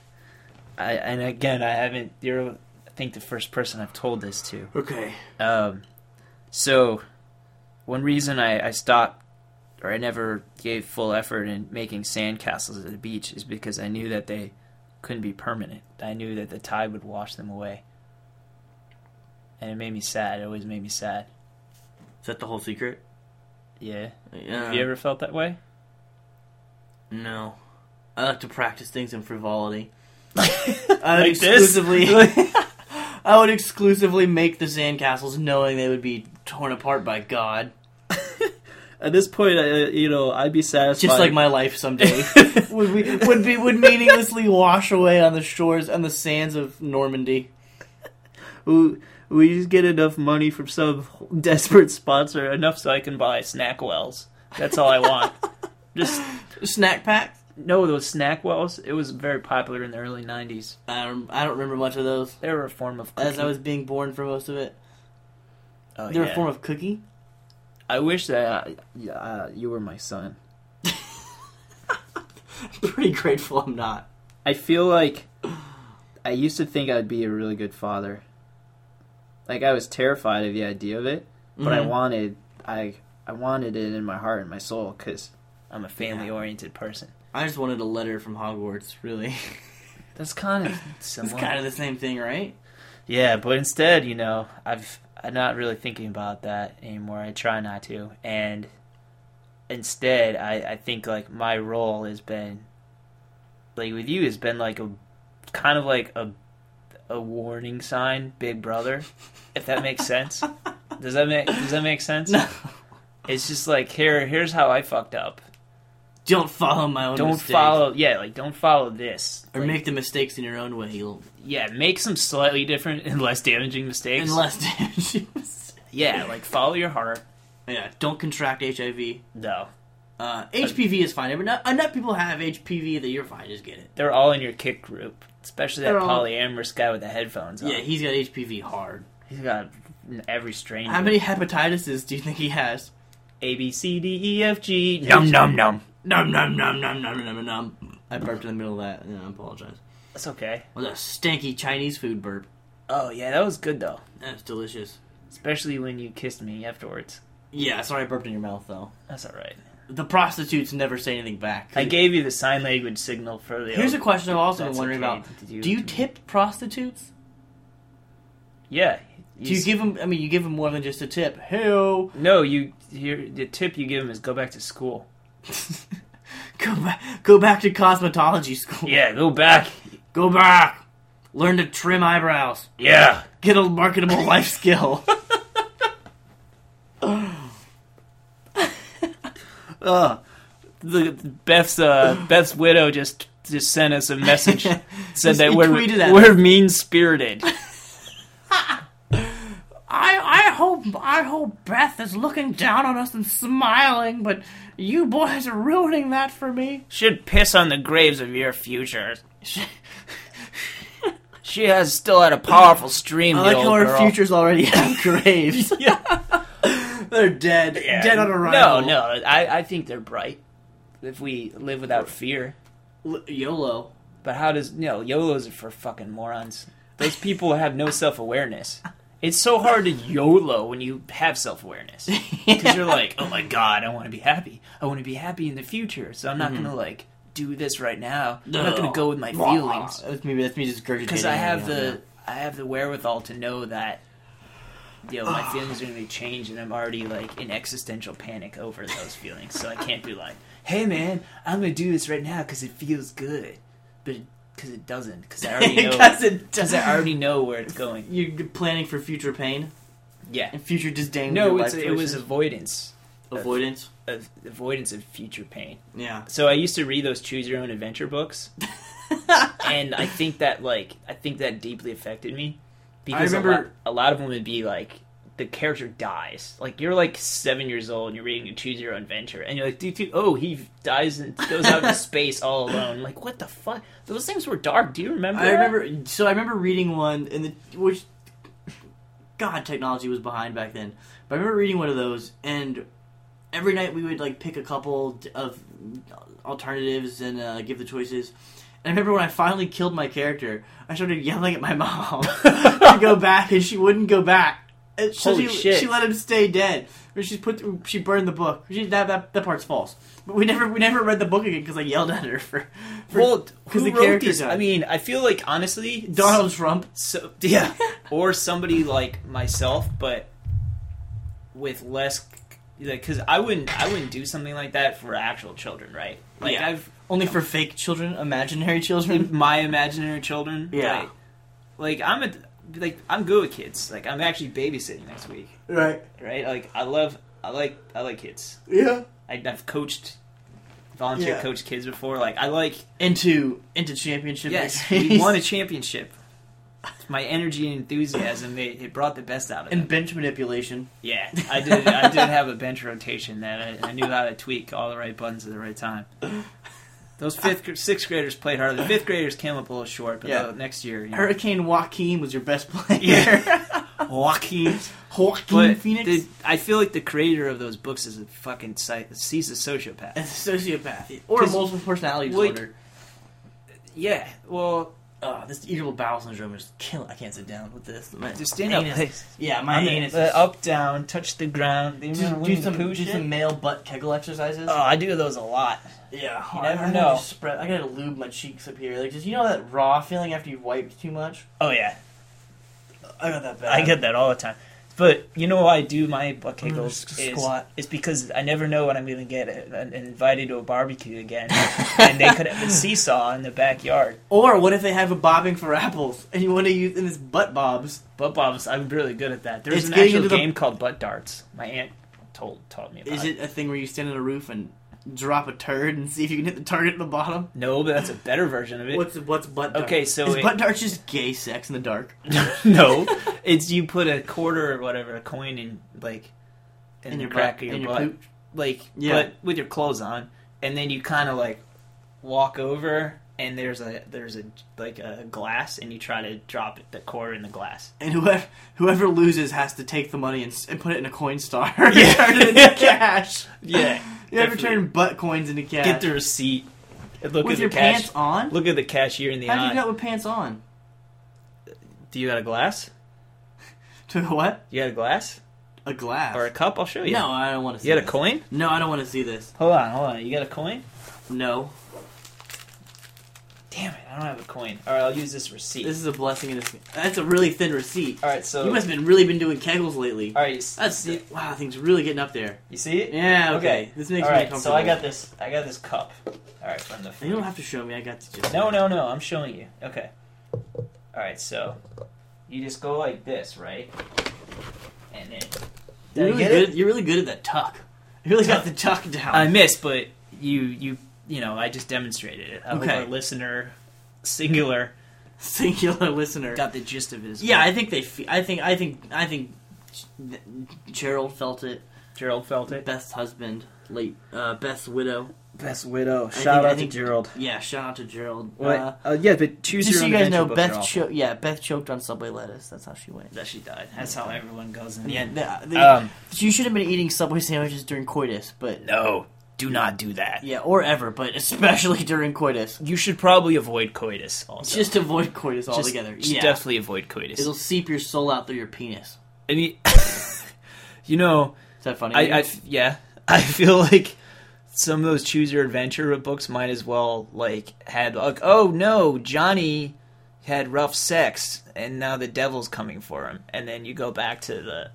S2: I, and again, I haven't. You're, I think, the first person I've told this to.
S1: Okay.
S2: Um, so, one reason I, I stopped or I never gave full effort in making sandcastles at the beach is because I knew that they couldn't be permanent. I knew that the tide would wash them away. And it made me sad. It always made me sad.
S1: Is that the whole secret? Uh,
S2: Yeah.
S1: Yeah.
S2: Have you ever felt that way?
S1: No. I like to practice things in
S2: *laughs*
S1: frivolity. I would
S2: like
S1: exclusively. *laughs*
S2: this? *laughs*
S1: I would exclusively make the sandcastles knowing they would be torn apart by God.
S2: At this point, I, uh, you know, I'd be satisfied.
S1: Just like my life someday. would be would be would meaninglessly wash away on the shores on the sands of Normandy.
S2: *laughs* we, we just get enough money from some *laughs* desperate sponsor, enough so I can buy snack wells. That's all
S1: *laughs*
S2: I want. just
S1: Snack pack.
S2: no, those snack wells. It was very popular in the early '90s.
S1: I don't, Um, I don't remember much of those.
S2: They were a form of cookie.
S1: As I was being born for most of it,
S2: oh,
S1: they're
S2: yeah.
S1: a form of
S2: *laughs*
S1: cookie.
S2: I wish that uh, yeah, uh, you were my son.
S1: Pretty grateful I'm not.
S2: I feel like I used to think I'd be a really good father. Like I was terrified of the idea of it, but I
S1: Mhm.
S2: wanted I I wanted it in my heart and my soul because I'm a family oriented person.
S1: I just wanted a letter from Hogwarts. Really,
S2: That's kind *laughs* of
S1: *laughs* it's
S2: similar.
S1: kind of the same thing, right?
S2: Yeah, but instead, you know, I've I'm not really thinking about that anymore. I try not to, and instead, I I think like my role has been like with you has been like a kind of like a a warning sign, Big Brother, if that makes *laughs* sense. Does that make Does that make sense?
S1: No.
S2: It's just like here here's how I fucked up.
S1: Don't follow my own.
S2: don't
S1: mistakes.
S2: follow. Yeah, like don't follow this.
S1: or
S2: Like,
S1: make the mistakes in your own way. You'll
S2: yeah, make some slightly different and less damaging mistakes.
S1: and *laughs* less damages.
S2: yeah, like follow your heart.
S1: yeah, don't contract HIV.
S2: No,
S1: Uh, HPV is fine. But not, enough people have HPV that you're fine. Just get it.
S2: they're all in your kick group, especially that
S1: They're all-
S2: polyamorous guy with the headphones on.
S1: Yeah, he's got HPV hard.
S2: he's got every stranger.
S1: How many hepatitises do you think he has?
S2: A B C D E F G. Num num num.
S1: Nom nom nom nom nom nom nom. nom. I burped in the middle of that, and I apologize.
S2: That's okay.
S1: It was a stanky Chinese food burp.
S2: Oh yeah, that was good though,
S1: That's delicious.
S2: especially when you kissed me afterwards.
S1: Yeah, sorry I burped in your mouth though.
S2: That's all right.
S1: The prostitutes never say anything back.
S2: I gave you the sign language signal for the.
S1: Here's a question I've also been
S2: That's
S1: wondering
S2: okay.
S1: about:
S2: Did you-
S1: Do you tip prostitutes?
S2: Yeah.
S1: Do you
S2: s-
S1: give them? I mean, you give them more than just a tip. Hey,
S2: No, you. Your, the tip you give them is go back to school.
S1: *laughs* go back, go back to cosmetology school.
S2: Yeah, go back.
S1: Go back. Learn to trim eyebrows.
S2: Yeah.
S1: Get a marketable *laughs* life skill.
S2: Ugh. The Beth's uh, Beth's widow just just sent us
S1: *laughs*
S2: a message said that
S1: He
S2: we're
S1: tweeted at
S2: we're mean spirited.
S1: I I hope I hope Beth is looking down on us and smiling, but you boys are ruining that for me. *laughs*
S2: Should piss on the graves of your future. She has still had a powerful stream.
S1: I like
S2: the old
S1: how our
S2: girl.
S1: futures already *laughs* have graves.
S2: Yeah.
S1: They're dead.
S2: Yeah.
S1: Dead on arrival.
S2: No, no. I, I think they're bright. If we live without fear.
S1: no. L- *laughs* YOLO.
S2: But how does no YOLOs are for fucking morons. Those people have no self awareness. It's so hard to YOLO when you have self awareness because you're like, oh my god, I want to be happy. I want to be happy in the future, so I'm not gonna like do this right now. I'm not gonna go with my feelings
S1: That's me, that's me just gurgitating.
S2: because I have
S1: Yeah,
S2: the I have the wherewithal to know that you know my feelings are gonna be changed, and I'm already like in existential panic over those feelings. so I can't be like, "Hey man, I'm gonna do this right now because it feels good," but because it doesn't, because
S1: *laughs*
S2: I already
S1: yeah.
S2: know,
S1: Because it
S2: because
S1: does
S2: I already know where it's going.
S1: You're planning for future pain
S2: Yeah.
S1: and future disdain.
S2: No,
S1: with
S2: it's,
S1: your
S2: it
S1: life
S2: was
S1: choices?
S2: avoidance,
S1: avoidance.
S2: of avoidance of future pain.
S1: *laughs* Yeah.
S2: So I used to read those choose your own adventure books, and I think that like I think that deeply affected me because a, lot,
S1: remember-
S2: a lot of them would be like the character dies. Like you're like seven years old and you're reading a choose your own adventure, and you're like, dude, dude, oh, he dies and goes
S1: *laughs*
S2: out into space all alone. Like what the fuck? Those things were dark. Do you remember?
S1: I
S2: that?
S1: remember. So I remember reading one, and the which, God, technology was behind back then. But I remember reading one of those, and every night we would like pick a couple d- of alternatives and uh, give the choices. And I remember when I finally killed my character, I started yelling at my *laughs* mom to go back, and she wouldn't go back. And so
S2: Holy
S1: she,
S2: shit.
S1: she let him stay dead. But she put she burned the book. She, that, that that part's false. But we never we never read the book again because I yelled at her for. for
S2: Well,
S1: 'cause
S2: who
S1: the
S2: wrote
S1: character
S2: these?
S1: died.
S2: I mean, I feel like honestly,
S1: Donald Trump.
S2: So *laughs* yeah, or somebody like myself, but with less, because I wouldn't, I wouldn't do something like that for actual children, right? Like
S1: Yeah.
S2: I've
S1: Only for fake children, imaginary children.
S2: my imaginary children,
S1: Yeah.
S2: right? Like I'm a, like I'm good with kids. Like I'm actually babysitting next week,
S1: *laughs* right.
S2: right? Like I love, I like, I like kids.
S1: Yeah.
S2: I, I've coached, volunteer
S1: Yeah.
S2: coached kids before. Like I like,
S1: Into into championship.
S2: yes,
S1: victories.
S2: we
S1: *laughs*
S2: won a championship. My energy and enthusiasm, it, it brought the best out of them.
S1: and bench manipulation.
S2: Yeah, I did. I did have a bench rotation that I, I knew how to tweak all the right buttons at the right time. Those fifth, gr- sixth graders played hard. The fifth graders came up a little short, but
S1: Yeah.
S2: uh, next year, you know,
S1: Hurricane Joaquin was your best player.
S2: Yeah. Joaquin.
S1: *laughs* Joaquin
S2: But
S1: Phoenix
S2: the- I feel like the creator of those books is a fucking psy- he's a sociopath.
S1: as a sociopath or a
S2: 'Cause-
S1: multiple personality
S2: Well,
S1: disorder.
S2: Yeah, well,
S1: Ugh, this irritable bowel syndrome is killing. I can't sit down with this. My
S2: just stand up, uh,
S1: anus-
S2: please.
S1: Yeah, my
S2: On the-
S1: anus.
S2: the
S1: is-
S2: up, down, touch the ground. You
S1: Just
S2: know,
S1: do
S2: do
S1: some
S2: poo
S1: do
S2: shit.
S1: some male butt kegel exercises.
S2: Oh, I do those a lot.
S1: yeah,
S2: you
S1: I-
S2: never
S1: I gotta
S2: know.
S1: just Spread, I gotta lube my cheeks up here. Like, just you know that raw feeling after you've wiped too much.
S2: Oh yeah,
S1: I got that bad.
S2: I get that all the time. But you know why I do my butt
S1: I'm gonna
S2: kegels
S1: Mm, just
S2: is,
S1: squat.
S2: is because I never know when I'm going to get a- an- invited to a barbecue again, *laughs* and they could have a seesaw in the backyard.
S1: Or what if they have a bobbing for apples and you want to use and it's butt bobs?
S2: Butt bombs, I'm really good at that. There's
S1: It's
S2: an
S1: getting
S2: actual
S1: into the-
S2: game called butt darts. My aunt told taught me about
S1: Is
S2: it.
S1: it a thing where you stand on a roof and drop a turd and see if you can hit the target at the bottom.
S2: No, but that's a better version of it.
S1: What's what's butt? Dark?
S2: Okay, so
S1: is
S2: it-
S1: butt dark just gay sex in the dark?
S2: *laughs* no, it's you put a quarter or whatever, a coin in like in, the
S1: your
S2: crack
S1: butt,
S2: of
S1: in
S2: your butt,
S1: poop?
S2: like
S1: Yeah.
S2: but with your clothes on, and then you kind of like walk over and there's a there's a like a glass and you try to drop it, the quarter in the glass.
S1: and whoever whoever loses has to take the money and, s- and put it in a coin star
S2: *laughs* Yeah.
S1: and *laughs* turn it
S2: *laughs*
S1: into cash.
S2: Yeah,
S1: You ever
S2: definitely.
S1: turn butt coins into cash?
S2: *laughs* Get the receipt. and Look
S1: with
S2: at
S1: your
S2: the cash.
S1: pants on?
S2: Look at the cashier in the
S1: How do you
S2: eye.
S1: do that with pants on?
S2: Do you got a glass?
S1: To what?
S2: You got a glass
S1: A glass?
S2: or a cup? I'll show you.
S1: No, I don't want to see.
S2: You got a
S1: this.
S2: coin?
S1: No, I don't want to see this.
S2: Hold on, hold on. You got a coin?
S1: No,
S2: Damn it! I don't have a coin. All right, I'll use this receipt.
S1: this is a blessing in this. That's a really thin receipt.
S2: All right, so
S1: You must have been really been doing kegels lately.
S2: All right, you see,
S1: That's wow, things really getting up there.
S2: you see it?
S1: Yeah, okay.
S2: Okay.
S1: This makes
S2: All
S1: me
S2: right,
S1: comfortable.
S2: so I got this. I got this cup. All right, from the.
S1: You don't have to show me. I got to just.
S2: No, no, no. I'm showing you. Okay. All right, so you just go like this, right? And then.
S1: You're
S2: Did I
S1: really
S2: get it?
S1: good. You're really good at that tuck. You really
S2: *laughs*
S1: got the tuck down.
S2: I missed, but you you you know I just demonstrated it. I hope
S1: Okay.
S2: our listener, singular,
S1: Singular listener.
S2: got the gist of his.
S1: Yeah, I think they. Fe- I think. I think. I think. Th- Gerald felt it.
S2: Gerald felt it.
S1: Best husband, late uh, best widow.
S2: Best widow.
S1: think- Shout out I to think-
S2: Gerald.
S1: Yeah, shout out to Gerald. Uh,
S2: yeah, but choose
S1: just so you guys know, Beth. Cho- yeah, Beth choked on subway lettuce. That's how she went.
S2: that she died. That's how everyone goes in the
S1: Yeah,
S2: end.
S1: the, the,
S2: Um,
S1: you should have been eating subway sandwiches during coitus, but
S2: No, do not do that.
S1: yeah, or ever, but especially *laughs* during coitus.
S2: You should probably avoid coitus also.
S1: Just avoid coitus
S2: Just-
S1: altogether.
S2: just
S1: yeah,
S2: definitely avoid coitus.
S1: it'll seep your soul out through your penis.
S2: I mean, *laughs* you know,
S1: Is that funny?
S2: I, I f- yeah, *laughs* I feel like some of those choose your adventure books might as well like had like oh no Johnny had rough sex and now the devil's coming for him and then you go back to the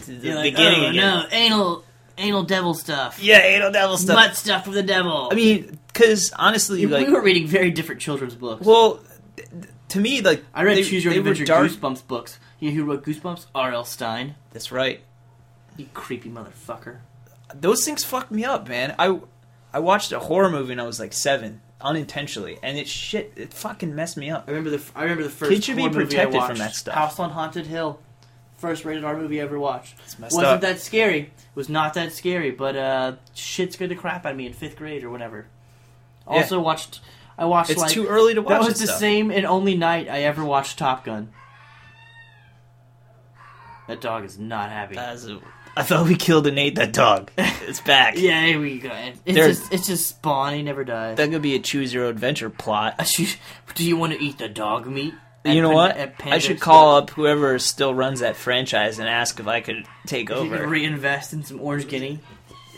S2: to the
S1: You're like,
S2: beginning
S1: oh,
S2: again.
S1: no, anal, anal devil stuff.
S2: Yeah, anal devil stuff.
S1: Butt stuff from the devil.
S2: I mean, because honestly,
S1: we,
S2: like,
S1: we were reading very different children's books.
S2: well, th- th- to me, like,
S1: I read
S2: they-
S1: Choose Your
S2: they
S1: Own
S2: were
S1: Adventure
S2: dark
S1: Goosebumps books. You know who wrote Goosebumps? R.L. Stein.
S2: That's right.
S1: You creepy motherfucker.
S2: Those things fucked me up, man. I I watched a horror movie when I was like seven, unintentionally, and it shit it fucking messed me
S1: I
S2: up.
S1: remember the I remember the first
S2: Kids should be
S1: horror movie I
S2: protected from
S1: watched,
S2: that stuff.
S1: House on Haunted Hill, first rated R movie I ever watched.
S2: It's messed
S1: Wasn't
S2: up.
S1: that scary? It was not that scary, but uh, shit scared the crap out of me in fifth grade or whenever.
S2: Yeah.
S1: Also watched. I watched
S2: it's
S1: like
S2: too early to watch
S1: that
S2: that
S1: was the
S2: stuff.
S1: same and only night I ever watched Top Gun. That dog is not happy.
S2: That was a- I thought we killed and ate
S1: *laughs*
S2: that dog. It's back.
S1: yeah, here we go. It's
S2: There's-
S1: just it's just Spawn. He never dies.
S2: That could be a choose your own adventure plot.
S1: Do you want to eat the dog meat?
S2: you
S1: At
S2: know
S1: Pan-
S2: what?
S1: at
S2: I should
S1: Panda's
S2: call up whoever still runs that franchise and ask if I could take
S1: store? If You
S2: over.
S1: could reinvest in some orange guinea.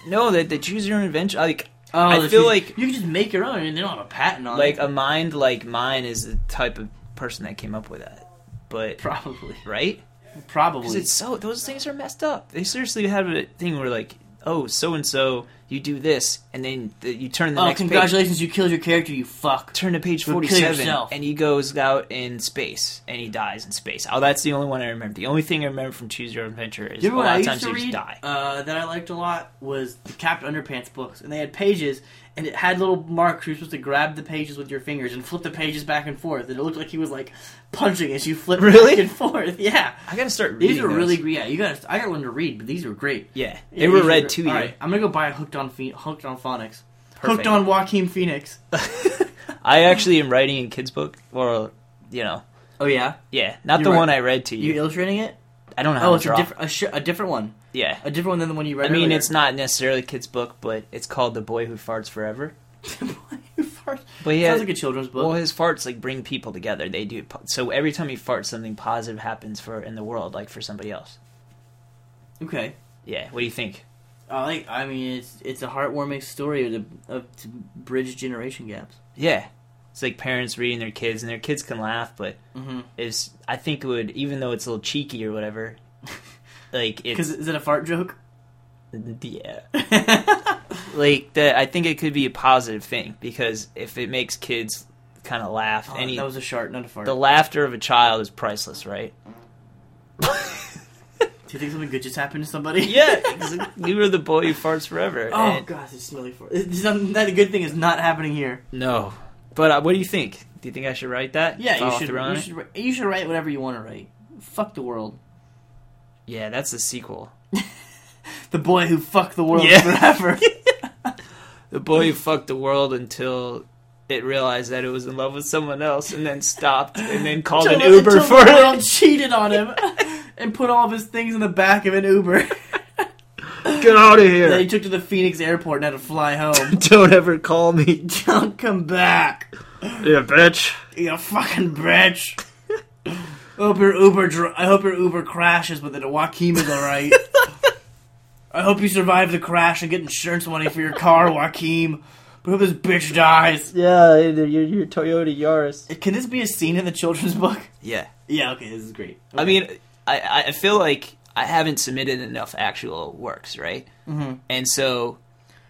S2: no, that the choose your own adventure like
S1: Oh,
S2: I
S1: the
S2: feel
S1: cheese-
S2: like-
S1: you can just make your own, and they don't have a patent on
S2: like
S1: it.
S2: a mind like mine is the type of person that came up with that. But
S1: Probably,
S2: right? Because
S1: probably.
S2: uh, it's so those things are messed up. They seriously have a thing where like, oh, so and so, you do this, and then th- you turn the
S1: Oh,
S2: next page,
S1: congratulations! You killed your character. You fuck.
S2: turn to page
S1: You'll kill
S2: forty-seven,
S1: yourself.
S2: and he goes out in space and he dies in space. Oh, that's the only one I remember. The only thing I remember from Choose Your Own Adventure is
S1: You
S2: a
S1: know what I
S2: lot of
S1: used
S2: times
S1: to
S2: you just
S1: read
S2: die.
S1: uh, that I liked a lot was the Captain Underpants books, and they had pages, and it had little marks. You're supposed to grab the pages with your fingers and flip the pages back and forth, and it looked like he was like punching as you flipped
S2: Really?
S1: back and forth. *laughs* Yeah,
S2: I gotta start. Reading
S1: these were
S2: those.
S1: really yeah. You got I got one to read, but these were great.
S2: yeah. They
S1: Yeah,
S2: were
S1: these
S2: read to you.
S1: All right, I'm gonna go buy Hooked on Phe- Hooked on Phonics,
S2: Perfect.
S1: Hooked on Joaquin Phoenix.
S2: *laughs*
S1: *laughs*
S2: I actually am writing a kids book, or you know,
S1: Oh yeah,
S2: yeah, not
S1: You're
S2: the
S1: right.
S2: one I read to
S1: you
S2: you.
S1: illustrating it?
S2: I don't know
S1: Oh,
S2: how to
S1: it's a
S2: draw.
S1: different a, sh- a different one,
S2: yeah,
S1: a different one than the one you read.
S2: I mean, it's not necessarily a kids book, but it's called The Boy Who Farts Forever.
S1: *laughs* not.
S2: But yeah,
S1: Sounds like a children's book.
S2: well, his farts like bring people together. They do po- so every time he farts, something positive happens for in the world, like for somebody else.
S1: okay.
S2: Yeah, what do you think?
S1: I like. I mean, it's it's a heartwarming story to, of, to bridge generation gaps.
S2: Yeah, it's like parents reading their kids, and their kids can laugh, but
S1: Mhm.
S2: it's I think it would even though it's a little cheeky or whatever, *laughs* like
S1: Because
S2: it's
S1: is it a fart joke?
S2: *laughs*
S1: *laughs*
S2: yeah,
S1: yeah,
S2: like that. I think it could be a positive thing because if it makes kids kind of laugh, any
S1: Oh, that was a shark, not a fart. *laughs*
S2: the laughter of a child is priceless, right?
S1: Do you think something good just happened to somebody? *laughs*
S2: yeah, 'cause you were the boy who farts forever.
S1: Oh
S2: and-
S1: gosh, it's smelly for. It's not, that good thing is not happening here.
S2: no, but uh, what do you think? Do you think I should write that?
S1: Yeah,
S2: Follow
S1: you should,
S2: through on
S1: you
S2: it?
S1: should. wri- You should write whatever you want to write. Fuck the world.
S2: Yeah, that's the sequel.
S1: The boy who fucked the world
S2: Yeah. *laughs*
S1: forever.
S2: The boy who fucked the world until it realized that it was in love with someone else, and then stopped, and then called an
S1: Until-
S2: Uber
S1: until
S2: for
S1: the
S2: it.
S1: world cheated on *laughs* him and put all of his things in the back of an Uber.
S2: Get out of
S1: Then he
S2: here!
S1: took to the Phoenix airport and had to fly home.
S2: Don't ever call me.
S1: Don't come back,
S2: Yeah, bitch.
S1: you fucking bitch. I hope your Uber. Dr- I hope your Uber crashes, but that Joaquin is all right. I hope you survive the crash and get insurance money for your car, Joaquin. But I hope this bitch dies.
S2: Yeah, your, your Toyota Yaris.
S1: Can this be a scene in the children's book?
S2: Yeah.
S1: Yeah. Okay, this is great.
S2: I mean, I, I feel like I haven't submitted enough actual works, right?
S1: hmm
S2: And so,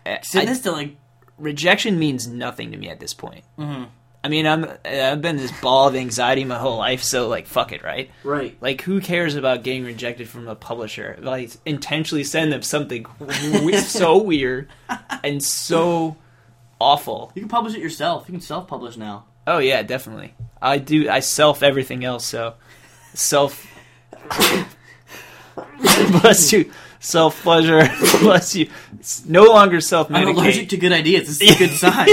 S2: I-
S1: send
S2: I-
S1: this to like.
S2: rejection means nothing to me at this point.
S1: hmm
S2: I mean, I'm I've been this ball of anxiety my whole life, so like, fuck it, right?
S1: Right.
S2: Like, who cares about getting rejected from a publisher? Like, intentionally send them something w- *laughs* so weird and so awful.
S1: You can publish it yourself. You can self-publish now.
S2: Oh yeah, definitely. I do. I self everything else. So self. *laughs* bless you. Self pleasure. *laughs* bless you. It's no longer self
S1: I'm allergic
S2: medicate.
S1: to good ideas. This is a
S2: *laughs*
S1: good sign.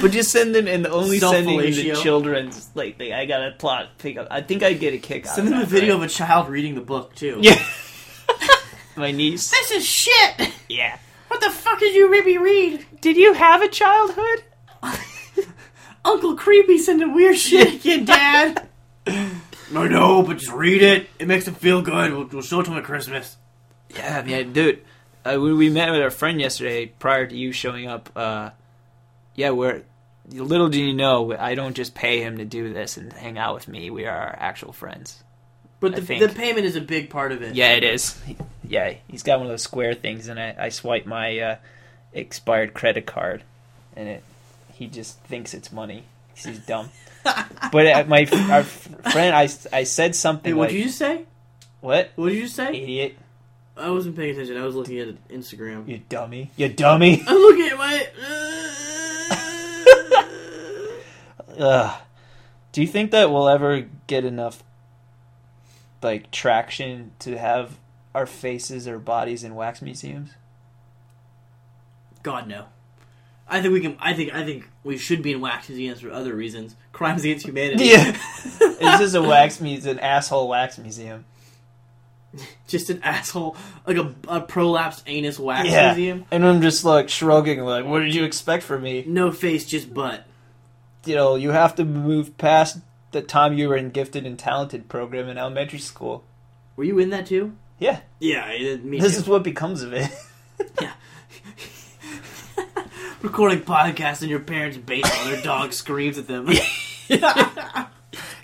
S2: But just send them and only sending them to
S1: Self-fellatio.
S2: children's. Like they, I got a plot pick up. I think I get a kick. out
S1: Send
S2: of
S1: them a
S2: that,
S1: video
S2: right?
S1: of a child reading the book too.
S2: *laughs* Yeah. My niece.
S1: This is shit.
S2: Yeah.
S1: What the fuck did you Ribby read?
S2: Did you have a childhood?
S1: Uncle Creepy sending *laughs* weird shit to your dad. *laughs* I know, but just read it. It makes them feel good. We'll, we'll show it to them at Christmas.
S2: Yeah, I mean, dude, uh, when we met with our friend yesterday, prior to you showing up, uh, yeah, we're little do you know, I don't just pay him to do this and hang out with me. We are actual friends.
S1: But
S2: I
S1: the,
S2: think.
S1: the payment is a big part of it.
S2: Yeah, it is. Yeah, he's got one of those square things, and I, I swipe my uh, expired credit card, and it he just thinks it's money 'cause he's dumb. but uh, my our friend, I, I said
S1: Hey,
S2: something
S1: what
S2: like,
S1: did you just say?
S2: "What
S1: What did you just say?
S2: idiot?
S1: I wasn't paying attention. I was looking at Instagram.
S2: You dummy! You dummy!"
S1: I'm looking at my. uh,
S2: Ugh. Do you think that we'll ever get enough like traction to have our faces or bodies in wax museums?
S1: God no. I think we can. I think. I think we should be in wax museums for other reasons. Crimes against humanity.
S2: Yeah. Is this a wax museum, an asshole wax museum?
S1: Just an asshole, like a, a prolapsed anus wax
S2: Yeah.
S1: museum.
S2: And I'm just like shrugging, like, what did you expect from me?
S1: No face, just butt.
S2: You know, you have to move past the time you were in gifted and talented program in elementary school.
S1: Were you in that too?
S2: Yeah.
S1: Yeah, I did- me
S2: This
S1: too.
S2: is what becomes of it.
S1: *laughs* Recording podcasts in your parents' basement while their
S2: *laughs*
S1: dog screams at them. *laughs*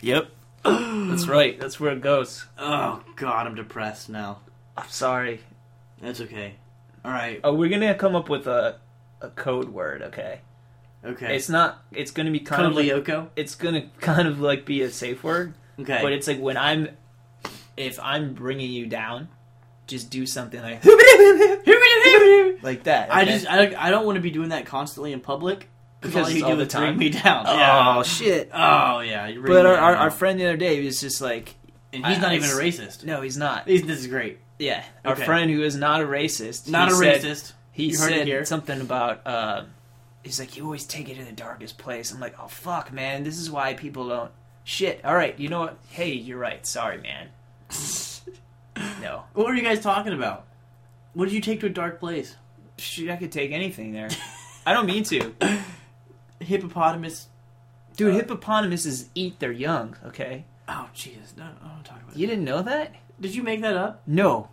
S2: Yep. *laughs* That's right. That's where it goes.
S1: oh God, I'm depressed now.
S2: I'm sorry.
S1: That's okay. All right.
S2: Oh, we're gonna come up with a a code word, okay?
S1: Okay.
S2: It's not. It's gonna be kind
S1: Cuddly
S2: of. Like,
S1: Yoko.
S2: it's gonna *laughs* kind of like be a safe word,
S1: Okay.
S2: but it's like when I'm, if I'm bringing you down, just do something like *laughs* like that.
S1: I
S2: okay?
S1: just I don't, I don't want to be doing that constantly in public
S2: Because
S1: because all
S2: it's
S1: you
S2: all
S1: do
S2: the
S1: is bring
S2: time.
S1: me down.
S2: oh
S1: yeah.
S2: shit!
S1: Oh yeah, you're
S2: but
S1: bringing
S2: our,
S1: me
S2: our,
S1: down.
S2: our friend the other day was just like,
S1: and he's
S2: I-
S1: not
S2: I
S1: even a
S2: s-
S1: racist.
S2: no, he's not.
S1: He's, this is great.
S2: Yeah, our
S1: Okay.
S2: friend who is not a racist.
S1: Not
S2: he
S1: a
S2: said-
S1: racist.
S2: He
S1: You heard it
S2: said
S1: here.
S2: something about. Uh, he's like, you always take it to the darkest place. I'm like, oh fuck, man, this is why people don't. Shit. All right, you know what? Hey, you're right.
S1: *laughs*
S2: Sorry, man. No,
S1: What were you guys talking about? What did you take to a dark place?
S2: shoot, I could take anything there. I don't
S1: *laughs*
S2: mean to,
S1: Hippopotamus.
S2: dude.
S1: Uh,
S2: hippopotamuses eat their young. Okay,
S1: Oh Jesus, no, I don't talk about
S2: you
S1: that.
S2: didn't know that?
S1: Did you make that up?
S2: No,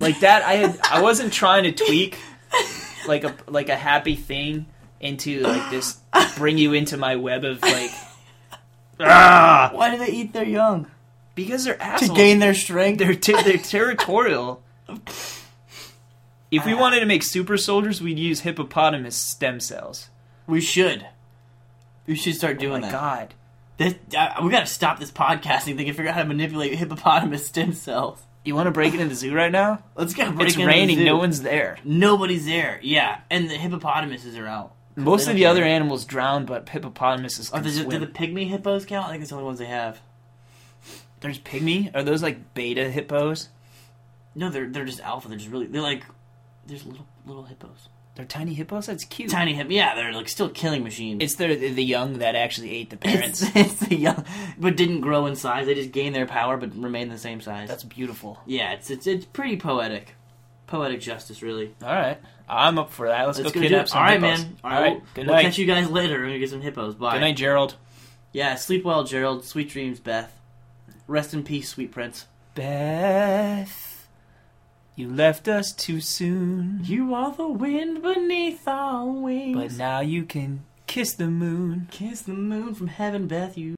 S2: like that. I had. I wasn't trying to tweak like a like a happy thing into like this. Bring you into my web of like. Ah,
S1: Why do they eat their young?
S2: because they're
S1: To
S2: assholes.
S1: gain their strength.
S2: they're ter-
S1: *laughs*
S2: they're territorial. If we
S1: Ah.
S2: wanted to make super soldiers, we'd use hippopotamus stem cells.
S1: we should. We should start
S2: Oh
S1: doing
S2: my
S1: that.
S2: god.
S1: This, uh, we gotta stop this podcasting thing and figure out how to manipulate hippopotamus stem cells.
S2: You want to break into the zoo right now?
S1: Let's get *laughs* break
S2: It's
S1: into the zoo.
S2: raining. No one's there.
S1: Nobody's there. Yeah, and the hippopotamuses are out.
S2: Most
S1: They
S2: of
S1: don't
S2: the other
S1: care. Oh,
S2: animals drown, but hippopotamuses
S1: Are
S2: can
S1: the, do
S2: swim.
S1: the pygmy hippos count? I think it's the only ones they have.
S2: There's pygmy. Are those like beta hippos?
S1: No, they're they're just alpha. They're just really they're like there's little little hippos.
S2: They're tiny hippos. That's cute.
S1: Tiny hip. Yeah, they're like still killing machines.
S2: It's the the young that actually ate the
S1: It's,
S2: *laughs* parents.
S1: it's *laughs* the young, but didn't grow in size. They just gained their power, but remained the same size.
S2: That's beautiful.
S1: yeah, it's it's it's pretty poetic, poetic justice, really.
S2: All right, I'm up for that. Let's,
S1: Let's go
S2: go
S1: do
S2: kidnap
S1: it.
S2: some
S1: All right,
S2: hippos.
S1: man.
S2: All right,
S1: we'll,
S2: good
S1: we'll
S2: night.
S1: catch you guys later. We're gonna get some hippos. Bye.
S2: Good night, Gerald.
S1: Yeah, sleep well, Gerald. Sweet dreams, Beth. Rest in peace, sweet prince.
S2: Beth, you left us too soon,
S1: You are the wind beneath our wings.
S2: but now you can kiss the moon.
S1: Kiss the moon from heaven, Beth. You